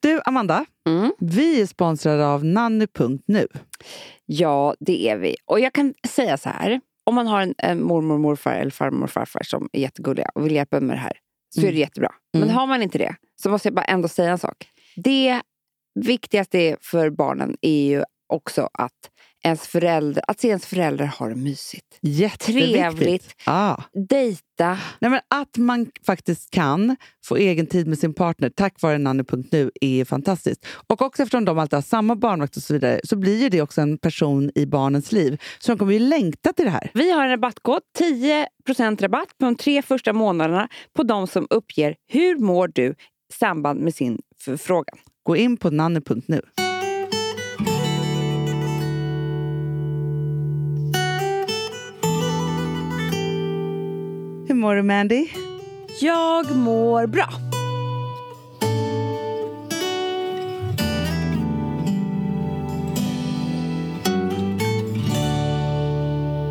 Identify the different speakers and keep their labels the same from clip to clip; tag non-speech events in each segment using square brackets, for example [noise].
Speaker 1: Du, Amanda,
Speaker 2: Mm.
Speaker 1: vi är sponsrade av nanny.nu.
Speaker 2: Ja, det är vi. Och jag kan säga så här. Om man har en, en mormor, morfar eller farmor och farfar som är jättegulliga och vill hjälpa en med det här så
Speaker 1: Mm.
Speaker 2: är det jättebra.
Speaker 1: Mm.
Speaker 2: Men har man inte det så måste jag bara ändå säga en sak. Det viktigaste för barnen är ju också att, ens förälder, att se ens föräldrar har det mysigt.
Speaker 1: Jätteviktigt.
Speaker 2: Trevligt.
Speaker 1: Ah.
Speaker 2: Dejta.
Speaker 1: Nej, men att man faktiskt kan få egen tid med sin partner tack vare nanny.nu är fantastiskt. Och också eftersom de alltid har samma barnvakt och så vidare så blir ju det också en person i barnens liv. Så de kommer ju längta till det här.
Speaker 2: Vi har en rabattkod, 10% rabatt på de tre första månaderna på de som uppger hur mår du i samband med sin förfrågan.
Speaker 1: Gå in på nanny.nu. Hur mår du, Mandy?
Speaker 2: Jag mår bra.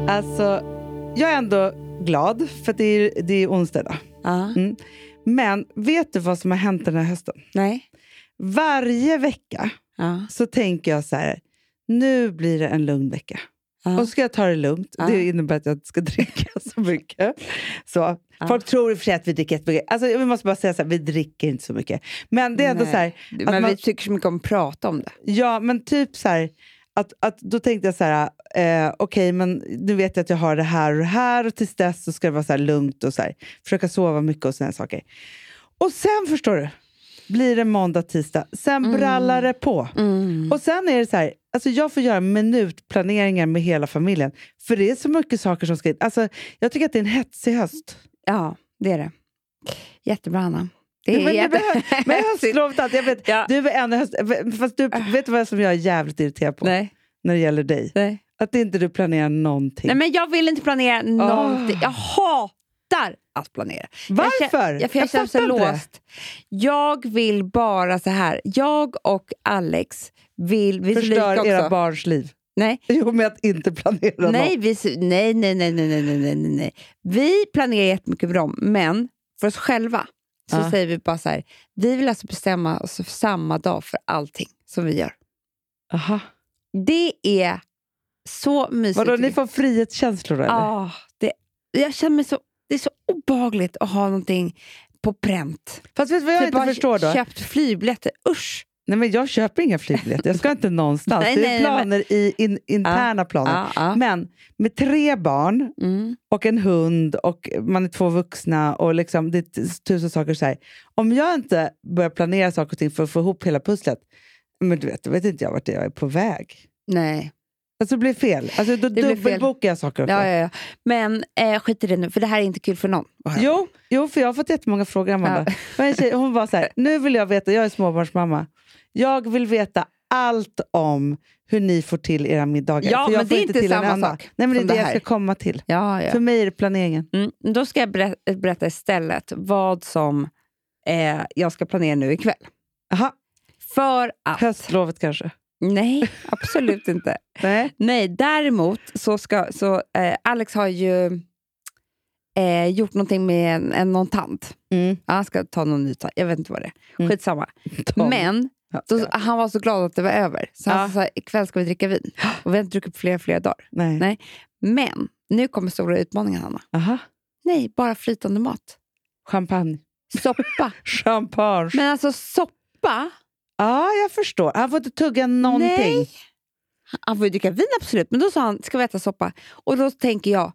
Speaker 1: Alltså, jag är ändå glad, för att det är, det är onsdag idag. Mm. Men vet du vad som har hänt den här hösten?
Speaker 2: Nej.
Speaker 1: Varje vecka så tänker jag så här, nu blir det en lugn vecka.
Speaker 2: Ja.
Speaker 1: Och så ska jag ta det lugnt.
Speaker 2: Ja.
Speaker 1: Det innebär att jag inte ska [laughs] dricka så mycket. Så.
Speaker 2: Ja.
Speaker 1: Folk tror i och för sig att vi dricker jättemycket. Alltså, vi måste bara säga så här, vi dricker inte så mycket. Men det är ändå
Speaker 2: Nej.
Speaker 1: så här,
Speaker 2: Men
Speaker 1: man-
Speaker 2: vi tycker så mycket om att prata om det.
Speaker 1: ja men typ så här, att, att då tänkte jag så här, eh, okej men nu vet jag att jag har det här och det här och tills dess så ska det vara så här lugnt och så här, försöka sova mycket och sådana saker. Och sen förstår du, blir det måndag, tisdag, sen
Speaker 2: Mm.
Speaker 1: brallar det på. Och sen är det så här, alltså jag får göra minutplaneringar med hela familjen. För det är så mycket saker som ska in. Alltså, jag tycker att det är en hetsig höst.
Speaker 2: Ja, det är det. Jättebra, Anna. Det
Speaker 1: Men,
Speaker 2: är
Speaker 1: det
Speaker 2: jätte...
Speaker 1: behöver- men höstlovet, allt, jag vet.
Speaker 2: Ja.
Speaker 1: Du är en höst, fast du, vet du vad som jag är jävligt irriterad på
Speaker 2: [laughs] Nej,
Speaker 1: när det gäller dig?
Speaker 2: nej. Ah.
Speaker 1: Att inte du planerar någonting.
Speaker 2: nej, men jag vill inte planera någonting. Jag hatar att planera. Jag
Speaker 1: Varför?
Speaker 2: känner, jag, för jag, känner
Speaker 1: fattar
Speaker 2: så
Speaker 1: inte det.
Speaker 2: låst. Jag vill bara så här. Jag och Alex vill... Vi är så lika
Speaker 1: Förstör
Speaker 2: också.
Speaker 1: era barns liv.
Speaker 2: Nej.
Speaker 1: Jo, med att inte planera
Speaker 2: Nej,
Speaker 1: något.
Speaker 2: vi, nej, nej, nej, nej, nej, nej, nej, nej, nej. Vi planerar jättemycket för dem, men för oss själva så
Speaker 1: Ja.
Speaker 2: säger vi bara så här, vi vill alltså bestämma oss för samma dag för allting som vi gör.
Speaker 1: Aha.
Speaker 2: Det är så mysigt.
Speaker 1: Vadå, ni
Speaker 2: tycker
Speaker 1: får frihetskänslor då,
Speaker 2: jag.
Speaker 1: eller?
Speaker 2: Ja, det, jag känner mig så, det är så obehagligt att ha någonting på pränt.
Speaker 1: Fast vet du vad jag
Speaker 2: Typ
Speaker 1: inte
Speaker 2: har
Speaker 1: förstår då?
Speaker 2: köpt flygbiljetter, usch!
Speaker 1: Nej, men jag köper inga flygbiljetter. Jag ska inte någonstans.
Speaker 2: [laughs] Nej,
Speaker 1: det är
Speaker 2: nej, nej,
Speaker 1: planer i in, interna planer.
Speaker 2: Ja, ja.
Speaker 1: Men med tre barn
Speaker 2: Mm.
Speaker 1: och en hund och man är två vuxna och liksom, det är t- tusen saker. Så här. Om jag inte börjar planera saker och ting för att få ihop hela pusslet, men du vet, då vet inte jag vart jag är på väg.
Speaker 2: Nej.
Speaker 1: Alltså det blir fel. Alltså, då
Speaker 2: blir fel.
Speaker 1: dubbelbokar jag saker. och
Speaker 2: Ja,
Speaker 1: ting.
Speaker 2: ja, ja. Men eh, skit i det nu, för det här är inte kul för någon.
Speaker 1: Jo, jo, för jag har fått jättemånga frågor, Amanda.
Speaker 2: Ja.
Speaker 1: Men en tjej, hon var så här, nu vill jag veta, jag är småbarnsmamma, jag vill veta allt om hur ni får till era middagar.
Speaker 2: Ja,
Speaker 1: för jag
Speaker 2: men
Speaker 1: får
Speaker 2: det är inte
Speaker 1: till en
Speaker 2: samma
Speaker 1: enda.
Speaker 2: sak
Speaker 1: Nej, men det är
Speaker 2: som
Speaker 1: det
Speaker 2: det
Speaker 1: jag
Speaker 2: här.
Speaker 1: ska komma till.
Speaker 2: Ja, ja.
Speaker 1: För mig är det planeringen.
Speaker 2: Mm, då ska jag berätta, berätta istället vad som eh, jag ska planera nu ikväll.
Speaker 1: Aha,
Speaker 2: För att...
Speaker 1: höstlovet kanske?
Speaker 2: Nej, absolut inte.
Speaker 1: Nej.
Speaker 2: Nej, däremot så ska... Så, eh, Alex har ju eh, gjort någonting med en, en, någon tant.
Speaker 1: Mm.
Speaker 2: Ja, Han ska ta någon ny tant. Jag vet inte vad det är.
Speaker 1: Mm.
Speaker 2: Skitsamma.
Speaker 1: Tom.
Speaker 2: Men
Speaker 1: Ja,
Speaker 2: då,
Speaker 1: ja.
Speaker 2: han var så glad att det var över. Så han
Speaker 1: Ja.
Speaker 2: sa så här, ikväll ska vi
Speaker 1: [gasps]
Speaker 2: dricka vin. Och vi har inte druckit på flera, flera dagar.
Speaker 1: Nej.
Speaker 2: Nej. Men nu kommer stora utmaningen, Hanna.
Speaker 1: Aha.
Speaker 2: Nej, bara flytande mat.
Speaker 1: Champagne. [laughs]
Speaker 2: Soppa.
Speaker 1: Champagne.
Speaker 2: Men alltså soppa?
Speaker 1: Ja, jag förstår. Han får inte tugga någonting.
Speaker 2: Nej. Han får ju dricka vin absolut, men då sa han, ska vi äta soppa? Och då tänker jag,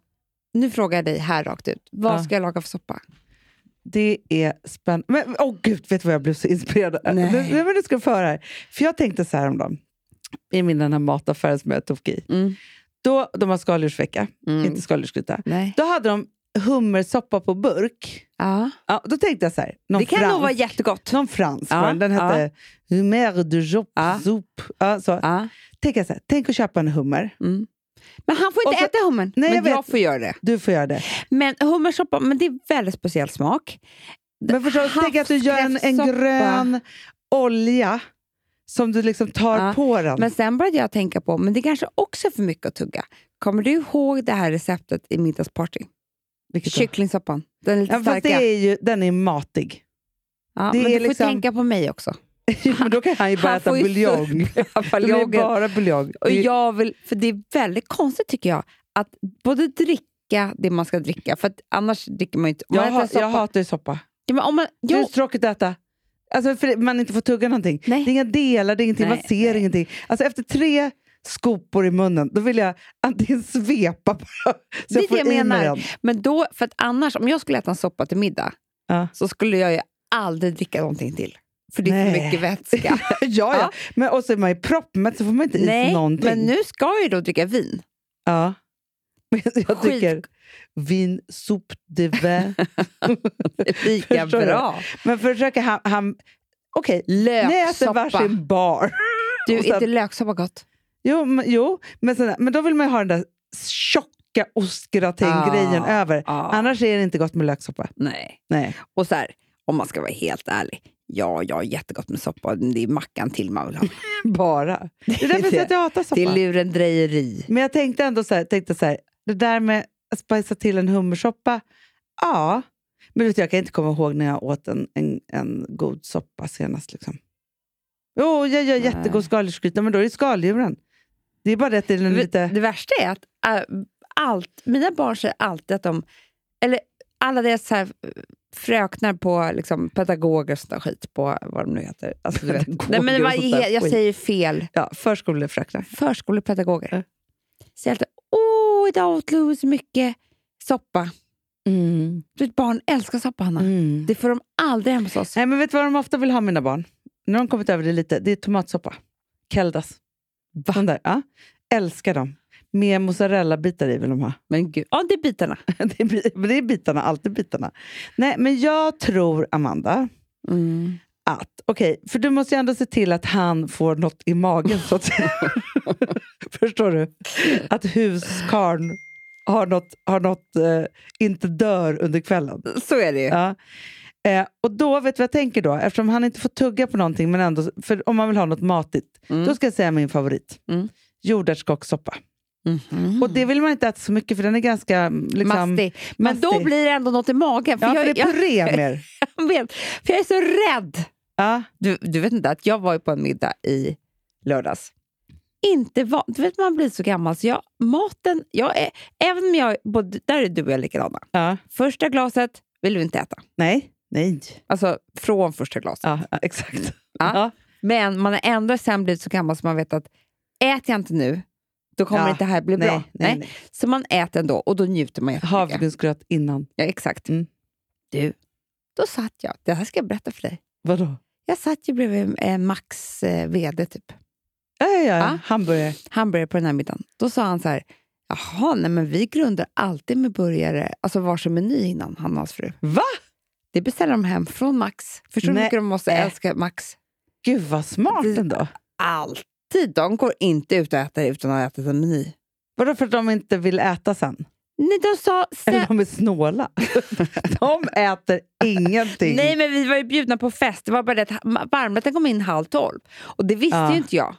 Speaker 2: nu frågar jag dig här rakt ut, vad
Speaker 1: Ja.
Speaker 2: ska jag laga för soppa?
Speaker 1: Det är spännande. Men åh gud, vet du vad jag blev så inspirerad av?
Speaker 2: Nej.
Speaker 1: Nu, nu, men du ska få höra här. För jag tänkte så här om dem. I min den här mataffären som jag tog i.
Speaker 2: Mm.
Speaker 1: Då, de har skaldjursvecka, inte skaldjursgryta.
Speaker 2: Nej.
Speaker 1: Då hade de hummersoppa på burk.
Speaker 2: Ja.
Speaker 1: Ja, då tänkte jag så här, någon
Speaker 2: Det kan
Speaker 1: fransk,
Speaker 2: nog vara jättegott.
Speaker 1: någon fransk
Speaker 2: Ja,
Speaker 1: var den. den hette hummer du jopp,
Speaker 2: Ja.
Speaker 1: soup. Ja, så.
Speaker 2: Ja.
Speaker 1: Tänk, jag så här, tänk att köpa en hummer.
Speaker 2: Mm. Men han får inte
Speaker 1: Och så-
Speaker 2: äta hummer.
Speaker 1: Nej,
Speaker 2: men
Speaker 1: jag
Speaker 2: jag,
Speaker 1: vet.
Speaker 2: får göra det.
Speaker 1: Du får göra det.
Speaker 2: Men hummersoppa, men det är väldigt speciell smak.
Speaker 1: Men förstår, du, tänk att du gör en, en
Speaker 2: Havskräftsoppa.
Speaker 1: grön olja som du liksom tar
Speaker 2: Ja,
Speaker 1: på den.
Speaker 2: Men sen började jag tänka på, men det kanske också är för mycket att tugga. Kommer du ihåg det här receptet i middagsparty?
Speaker 1: Vilket då?
Speaker 2: Kycklingsoppan. Den är lite
Speaker 1: Ja, fast
Speaker 2: starka.
Speaker 1: det är ju, den är matig. [laughs]
Speaker 2: Ja,
Speaker 1: det
Speaker 2: men
Speaker 1: är
Speaker 2: du får
Speaker 1: liksom-
Speaker 2: [laughs] tänka på mig också.
Speaker 1: Jo, men då kan han ju bara
Speaker 2: Han
Speaker 1: äta
Speaker 2: får ju
Speaker 1: buljong. Det blir
Speaker 2: Buljongen.
Speaker 1: bara buljong.
Speaker 2: Och jag vill, för det är väldigt konstigt tycker jag, att både dricka det man ska dricka, för att annars dricker man ju inte. Om
Speaker 1: jag,
Speaker 2: man
Speaker 1: ha,
Speaker 2: äter
Speaker 1: jag
Speaker 2: soppa-
Speaker 1: hatar ju soppa.
Speaker 2: Ja, men om man,
Speaker 1: Det är
Speaker 2: jo,
Speaker 1: så tråkigt att äta. Alltså för man inte får tugga någonting.
Speaker 2: Nej.
Speaker 1: Det är inga delar, det är ingenting, man
Speaker 2: Nej,
Speaker 1: ser
Speaker 2: nej.
Speaker 1: ingenting. Alltså efter tre skopor i munnen, då vill jag antingen svepa bara, så
Speaker 2: Det är
Speaker 1: jag får
Speaker 2: det jag
Speaker 1: i mig
Speaker 2: menar.
Speaker 1: den.
Speaker 2: men då, för att annars, om jag skulle äta en soppa till middag,
Speaker 1: Ja.
Speaker 2: så skulle jag ju aldrig dricka någonting till. För det är för
Speaker 1: Nej. [laughs]
Speaker 2: mycket vätska.
Speaker 1: [laughs] ja, ja.
Speaker 2: Ja.
Speaker 1: Men, och så är man ju proppmätt så får man inte i sig
Speaker 2: Nej,
Speaker 1: någonting.
Speaker 2: men nu ska jag ju då dricka vin.
Speaker 1: ja. [laughs] men jag
Speaker 2: Skit-
Speaker 1: tycker vin soup de
Speaker 2: [laughs]
Speaker 1: vin.
Speaker 2: Det är Lika
Speaker 1: [laughs] Förstår du?
Speaker 2: bra.
Speaker 1: men försöker han... han Okej, ni äter
Speaker 2: Löksoppa.
Speaker 1: varsin bar.
Speaker 2: Du,
Speaker 1: och sen-
Speaker 2: är inte löksoppa gott?
Speaker 1: Jo, men, jo men, sen, men då vill man ju ha den där tjocka ostgratäng-grejen
Speaker 2: Ah,
Speaker 1: över.
Speaker 2: ah.
Speaker 1: Annars är det inte gott med löksoppa.
Speaker 2: Nej.
Speaker 1: Nej.
Speaker 2: Och så här, om man ska vara helt ärlig. Ja, jag är jättegott med soppa. men Det är mackan till man vill ha.
Speaker 1: Bara. Det är därför jag säger att jag hatar
Speaker 2: Det är
Speaker 1: soppa.
Speaker 2: lurendrejeri.
Speaker 1: Men jag tänkte ändå så här, tänkte så här det där med att spajsa till en hummersoppa, ja. Men vet du, jag kan inte komma ihåg när jag åt en, en, en god soppa senast. Liksom. Jo, jag gör
Speaker 2: Nej.
Speaker 1: jättegod skaldjursgryta, men då är det skaldjuren. Det är bara det att den är
Speaker 2: Vet-
Speaker 1: lite...
Speaker 2: Det värsta är att äh, allt, mina barn säger alltid att de... Eller alla deras så här, fröknar på liksom, pedagoger och sånt där skit på vad de nu heter. Alltså, du vet.
Speaker 1: Pedagoger
Speaker 2: Nej, men
Speaker 1: och
Speaker 2: vad,
Speaker 1: sånt där
Speaker 2: he- jag
Speaker 1: skit.
Speaker 2: säger fel.
Speaker 1: Ja, förskolefröknar.
Speaker 2: Förskolepedagoger.
Speaker 1: Ja.
Speaker 2: Säger alltid åh, idag åt Louis mycket soppa.
Speaker 1: Mm.
Speaker 2: Du vet, barn älskar soppa, Hanna.
Speaker 1: Mm.
Speaker 2: Det får de aldrig hem hos oss.
Speaker 1: Nej, men vet du vad de ofta vill ha, mina barn? Nu har de kommit över det lite. Det är tomatsoppa. Keldas. De där, ja. Älskar dem. Med mozzarella-bitar i vill de ha.
Speaker 2: Men gud. Ja, det är bitarna.
Speaker 1: [laughs] Det är, bi- men det är bitarna, alltid bitarna. Nej, men jag tror, Amanda,
Speaker 2: Mm.
Speaker 1: att... Okej, för du måste ju ändå se till att han får något i magen, så att säga. [laughs] Förstår du? Att huskarn har något, har något eh, inte dör under kvällen.
Speaker 2: Så är det ju.
Speaker 1: Ja. Eh, och då, vet du vad jag tänker då? Eftersom han inte får tugga på någonting, men ändå, för om man vill ha något matigt,
Speaker 2: Mm.
Speaker 1: då ska jag säga min favorit.
Speaker 2: Mm.
Speaker 1: Jordärtskockssoppa.
Speaker 2: Mhm.
Speaker 1: Och det vill man inte äta så mycket, för den är ganska... mm, Liksom,
Speaker 2: Mastig. Men då
Speaker 1: mastig.
Speaker 2: blir det ändå något i magen. För
Speaker 1: Ja,
Speaker 2: jag,
Speaker 1: för det är
Speaker 2: jag-
Speaker 1: puré mer.
Speaker 2: Jag vet, för jag är så rädd.
Speaker 1: Ja.
Speaker 2: Du, du vet inte att jag var ju på en middag i lördags. Inte van, du vet man blir så gammal så jag, maten, jag är, även om jag, både, där är du och jag likadana.
Speaker 1: ja.
Speaker 2: Första glaset vill vi inte äta.
Speaker 1: Nej. Nej.
Speaker 2: Alltså från första glaset.
Speaker 1: Ja, ja, exakt.
Speaker 2: Ja.
Speaker 1: Ja.
Speaker 2: Men man har ändå sen blivit så gammal så man vet att äter jag inte nu, då kommer
Speaker 1: Ja,
Speaker 2: det inte det här bli
Speaker 1: Nej,
Speaker 2: bra.
Speaker 1: nej, nej.
Speaker 2: Så man äter ändå och då njuter man jättemycket.
Speaker 1: Havregrynsgröt innan.
Speaker 2: Ja, exakt.
Speaker 1: Mm.
Speaker 2: Du, då satt jag, det här ska jag berätta för dig.
Speaker 1: Vadå?
Speaker 2: Jag satt ju bredvid eh, Max eh, vd, typ.
Speaker 1: Ja, ja, ja.
Speaker 2: Ja.
Speaker 1: Hamburgare.
Speaker 2: hamburgare på den här middagen. Då sa han så här, jaha, nej men vi grundar alltid med burgare, alltså varsin meny innan, han och hans fru.
Speaker 1: Va?
Speaker 2: Det beställer de hem från Max. Förstår du hur
Speaker 1: Nej.
Speaker 2: mycket de måste älska Max?
Speaker 1: Gud, vad smart
Speaker 2: Det-
Speaker 1: ändå.
Speaker 2: Alltid. De går inte ut och äter utan att ha ätit en meny.
Speaker 1: Vadå för att de inte vill äta sen?
Speaker 2: Nej, de sa...
Speaker 1: Eller
Speaker 2: Sen,
Speaker 1: de är snåla? [laughs] de äter ingenting.
Speaker 2: nej, men vi var ju bjudna på fest. Det var bara det att ha- varmrätten kom in halv tolv. Och det visste
Speaker 1: Ah.
Speaker 2: ju inte jag.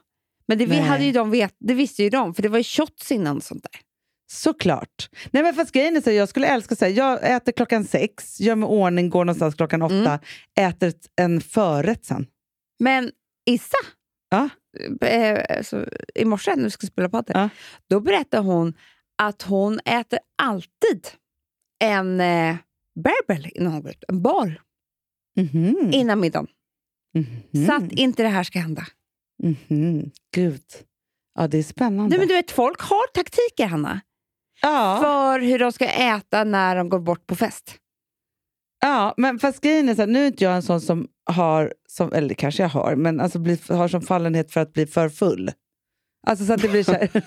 Speaker 2: Men det, vi
Speaker 1: Nej.
Speaker 2: hade ju de vet, det visste ju de, för det var ju shots innan och sånt där.
Speaker 1: Såklart. Nej, men fast grejen är så här, jag skulle älska så här, jag äter klockan sex, gör mig i ordning, går någonstans klockan åtta,
Speaker 2: Mm.
Speaker 1: äter ett- en förrätt sen.
Speaker 2: Men Issa,
Speaker 1: Ja.
Speaker 2: eh, så, i morse när vi skulle spela padel,
Speaker 1: Ja.
Speaker 2: då berättade hon att hon äter alltid en eh, bärbel innan hon går ut, en
Speaker 1: Mm.
Speaker 2: bar,
Speaker 1: Mhm.
Speaker 2: innan middagen.
Speaker 1: Mhm.
Speaker 2: Så att inte det här ska hända.
Speaker 1: Mm. Mhm. Gud. Ja, det är spännande.
Speaker 2: Nej, men du vet, folk har taktiker, Hanna,
Speaker 1: ja.
Speaker 2: för hur de ska äta när de går bort på fest.
Speaker 1: ja, men fast grejen är så här, nu är inte jag en sån som har, som, eller det kanske jag har, men alltså bli, har som fallenhet för att bli för full. Alltså så att det blir så
Speaker 2: [laughs]
Speaker 1: här.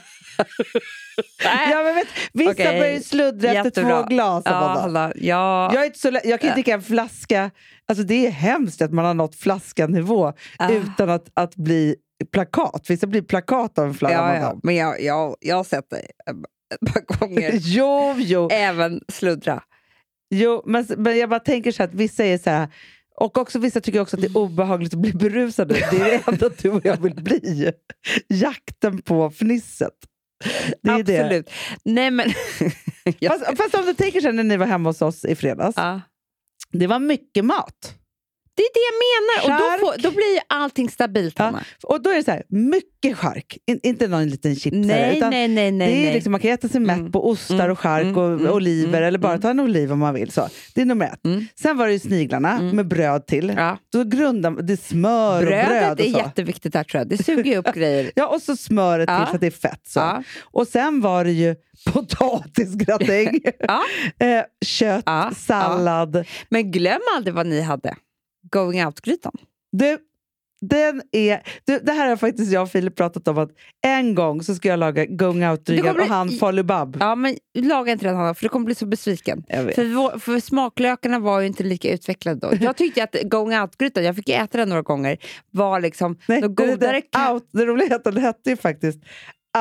Speaker 1: ja, men vet, vissa
Speaker 2: Okej.
Speaker 1: börjar ju sluddra efter
Speaker 2: Jättebra.
Speaker 1: två glas. Amanda.
Speaker 2: Hanna, ja.
Speaker 1: Jag, är inte så, lä- jag kan ju dricka en flaska. Alltså det är hemskt att man har nått flaskan-nivå
Speaker 2: Ah.
Speaker 1: utan att, att bli plakat. Vissa blir plakat av en flaska.
Speaker 2: ja,
Speaker 1: man
Speaker 2: ja.
Speaker 1: tar.
Speaker 2: Men jag, jag, jag har sett dig eh, ett par gånger
Speaker 1: [laughs] Jo, jo,
Speaker 2: även sluddra.
Speaker 1: jo. Men, s- men jag bara tänker så här att vissa är så här... Och också vissa tycker också att det är obehagligt att bli berusade. Det är
Speaker 2: [laughs]
Speaker 1: det enda du och jag vill bli. Jakten på fnisset. Det är det.
Speaker 2: Absolut. Nej, men... Jag-
Speaker 1: Fast, fast om du tänker så här när ni var hemma hos oss i fredags.
Speaker 2: Ja.
Speaker 1: Det var mycket mat.
Speaker 2: Det är det jag menar. Och
Speaker 1: Chark.
Speaker 2: då, får, då blir ju allting stabilt, Hanna.
Speaker 1: Och då är det så här, mycket chark. In, inte någon liten chipsare.
Speaker 2: nej,
Speaker 1: utan
Speaker 2: nej, nej, nej.
Speaker 1: det är
Speaker 2: nej.
Speaker 1: Liksom, man kan äta sig mätt
Speaker 2: Mm.
Speaker 1: på ostar
Speaker 2: Mm.
Speaker 1: och chark och
Speaker 2: Mm. Mm.
Speaker 1: oliver
Speaker 2: Mm.
Speaker 1: eller bara ta en oliv om man vill. Så. Det är nummer ett.
Speaker 2: Mm.
Speaker 1: Sen var det ju sniglarna
Speaker 2: Mm.
Speaker 1: med bröd till.
Speaker 2: ja.
Speaker 1: Då grundar man, det är smör
Speaker 2: Brödet
Speaker 1: och bröd.
Speaker 2: är
Speaker 1: Och så.
Speaker 2: jätteviktigt här tror jag. Det
Speaker 1: [laughs]
Speaker 2: suger ju upp grejer.
Speaker 1: Ja, och så smöret
Speaker 2: Ja.
Speaker 1: till så att det är fett. Så.
Speaker 2: Ja.
Speaker 1: Och sen var det ju [laughs] potatisgratäng,
Speaker 2: [laughs] Ja.
Speaker 1: [laughs] eh, kött,
Speaker 2: Ja.
Speaker 1: sallad.
Speaker 2: Men glöm aldrig vad ni hade. Going out-grytan.
Speaker 1: Du, den är, du, det här har faktiskt jag och Filip pratat om. att En gång så ska jag laga going
Speaker 2: Det
Speaker 1: out-dringar
Speaker 2: kommer
Speaker 1: och han
Speaker 2: bli-
Speaker 1: falubab.
Speaker 2: Ja, men laga inte den Hanna, för du kommer bli så besviken.
Speaker 1: Jag vet.
Speaker 2: För, vår, för smaklökarna var ju inte lika utvecklade då. Jag tyckte att going out-grytan, jag fick ju äta den några gånger, var liksom
Speaker 1: Nej,
Speaker 2: något
Speaker 1: det, är
Speaker 2: godare...
Speaker 1: det, där
Speaker 2: ka-
Speaker 1: out, det roliga är att den hette ju faktiskt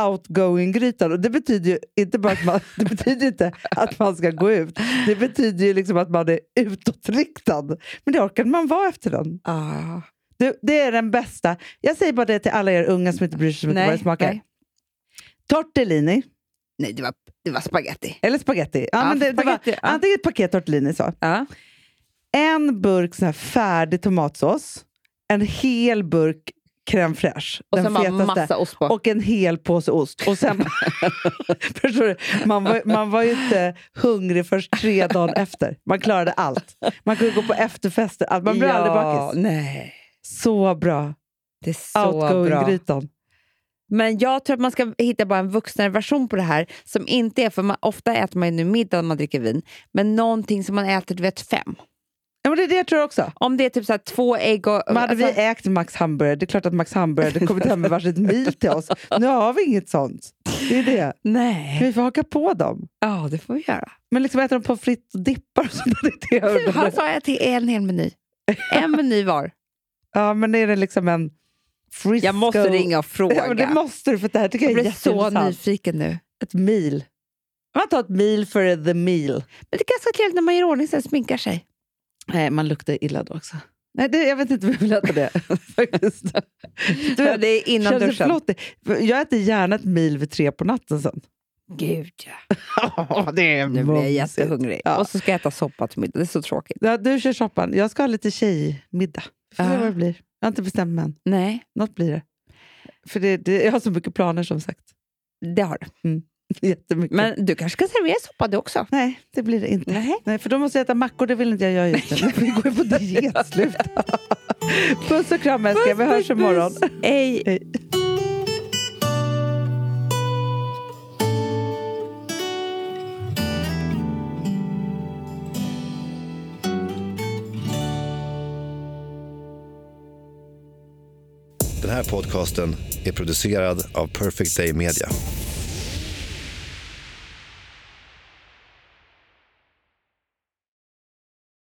Speaker 1: outgoing-grytan. Och det betyder ju inte bara att man, [laughs] det betyder ju inte att man ska gå ut. Det betyder ju liksom att man är utåtriktad. Men det orkade man vara efter den.
Speaker 2: Ah,
Speaker 1: Du, det är den bästa. Jag säger bara det till alla er unga som inte bryr sig så mycket vad det
Speaker 2: nej,
Speaker 1: smakar.
Speaker 2: nej.
Speaker 1: Tortellini,
Speaker 2: nej det, var, det var spaghetti.
Speaker 1: eller spaghetti. Ja,
Speaker 2: Ja,
Speaker 1: men det, det var,
Speaker 2: spaghetti, ja.
Speaker 1: Antingen ett paket tortellini så.
Speaker 2: Ja.
Speaker 1: En burk sån här färdig tomatsås, en hel burk crème fraîche,
Speaker 2: Och
Speaker 1: den
Speaker 2: sen bara
Speaker 1: fetaste.
Speaker 2: massa ost på.
Speaker 1: Och en hel påse ost. Och
Speaker 2: [laughs]
Speaker 1: sen, förstår du? Man var, man var ju inte hungrig först tre dagar efter. Man klarade allt. Man kunde gå på efterfester. Allt. Man blev aldrig bakis.
Speaker 2: Nej,
Speaker 1: Så bra.
Speaker 2: det är så bra.
Speaker 1: Outgoing-grytan.
Speaker 2: Men jag tror att man ska hitta bara en vuxnare version på det här. Som inte är, för man, ofta äter man ju nu middag när man dricker vin, men någonting som man äter du vet fem.
Speaker 1: Ja, men det är det jag tror också.
Speaker 2: Om det är typ så här två ägg och...
Speaker 1: Men hade
Speaker 2: alltså-
Speaker 1: vi ägt Max hamburgare, det är klart att Max hamburgare hade kommit hem med varsitt mil till oss. Nu har vi inget sånt. Det är det.
Speaker 2: nej.
Speaker 1: Vi får haka på dem.
Speaker 2: Ja, det får vi göra.
Speaker 1: Men liksom äta dem på fritt och dippar
Speaker 2: [laughs]
Speaker 1: och sånt. Det är det jag
Speaker 2: Nu,
Speaker 1: undrar.
Speaker 2: här sa jag till en hel meny. En meny var.
Speaker 1: ja, men är det liksom en frisco?
Speaker 2: Jag måste ringa och fråga.
Speaker 1: Ja, men det måste du, för det här tycker
Speaker 2: jag
Speaker 1: jag är
Speaker 2: blir så
Speaker 1: jätteintressant.
Speaker 2: nyfiken nu.
Speaker 1: Ett mil. Man tar ett mil för the meal.
Speaker 2: Men det är ganska trevligt när man gör i ordning sen sminkar sig.
Speaker 1: Nej, man luktar illa då också. Nej, det, jag vet inte om jag vill äta det. [laughs] Faktiskt. Du
Speaker 2: Ja,
Speaker 1: vet,
Speaker 2: det är innan
Speaker 1: känns det
Speaker 2: duschen.
Speaker 1: flottigt? Jag äter gärna ett mil vid tre på natten sen.
Speaker 2: Gud ja.
Speaker 1: Ja, det är
Speaker 2: Nu blir jag
Speaker 1: mumsigt.
Speaker 2: jättehungrig.
Speaker 1: Ja.
Speaker 2: Och så ska jag äta soppa till middag. Det är så tråkigt.
Speaker 1: Ja, du kör soppan. Jag ska ha lite tjejmiddag. Vi får se
Speaker 2: Ja.
Speaker 1: vad det blir. Jag har inte bestämt mig än.
Speaker 2: Nej,
Speaker 1: Något blir det. För det, det, jag har så mycket planer som sagt. [laughs]
Speaker 2: det har du.
Speaker 1: Jättemycket.
Speaker 2: Men du kanske ska servera soppa du också?
Speaker 1: Nej, det blir det inte.
Speaker 2: Nej.
Speaker 1: Nej, för då måste jag äta mackor. Det vill inte jag göra just [laughs] nu. Vi går ju på diet. Sluta. [laughs] Puss och kram älskar Vi hörs imorgon.
Speaker 2: Hej.
Speaker 3: Den här podcasten är producerad av Perfect Day Media.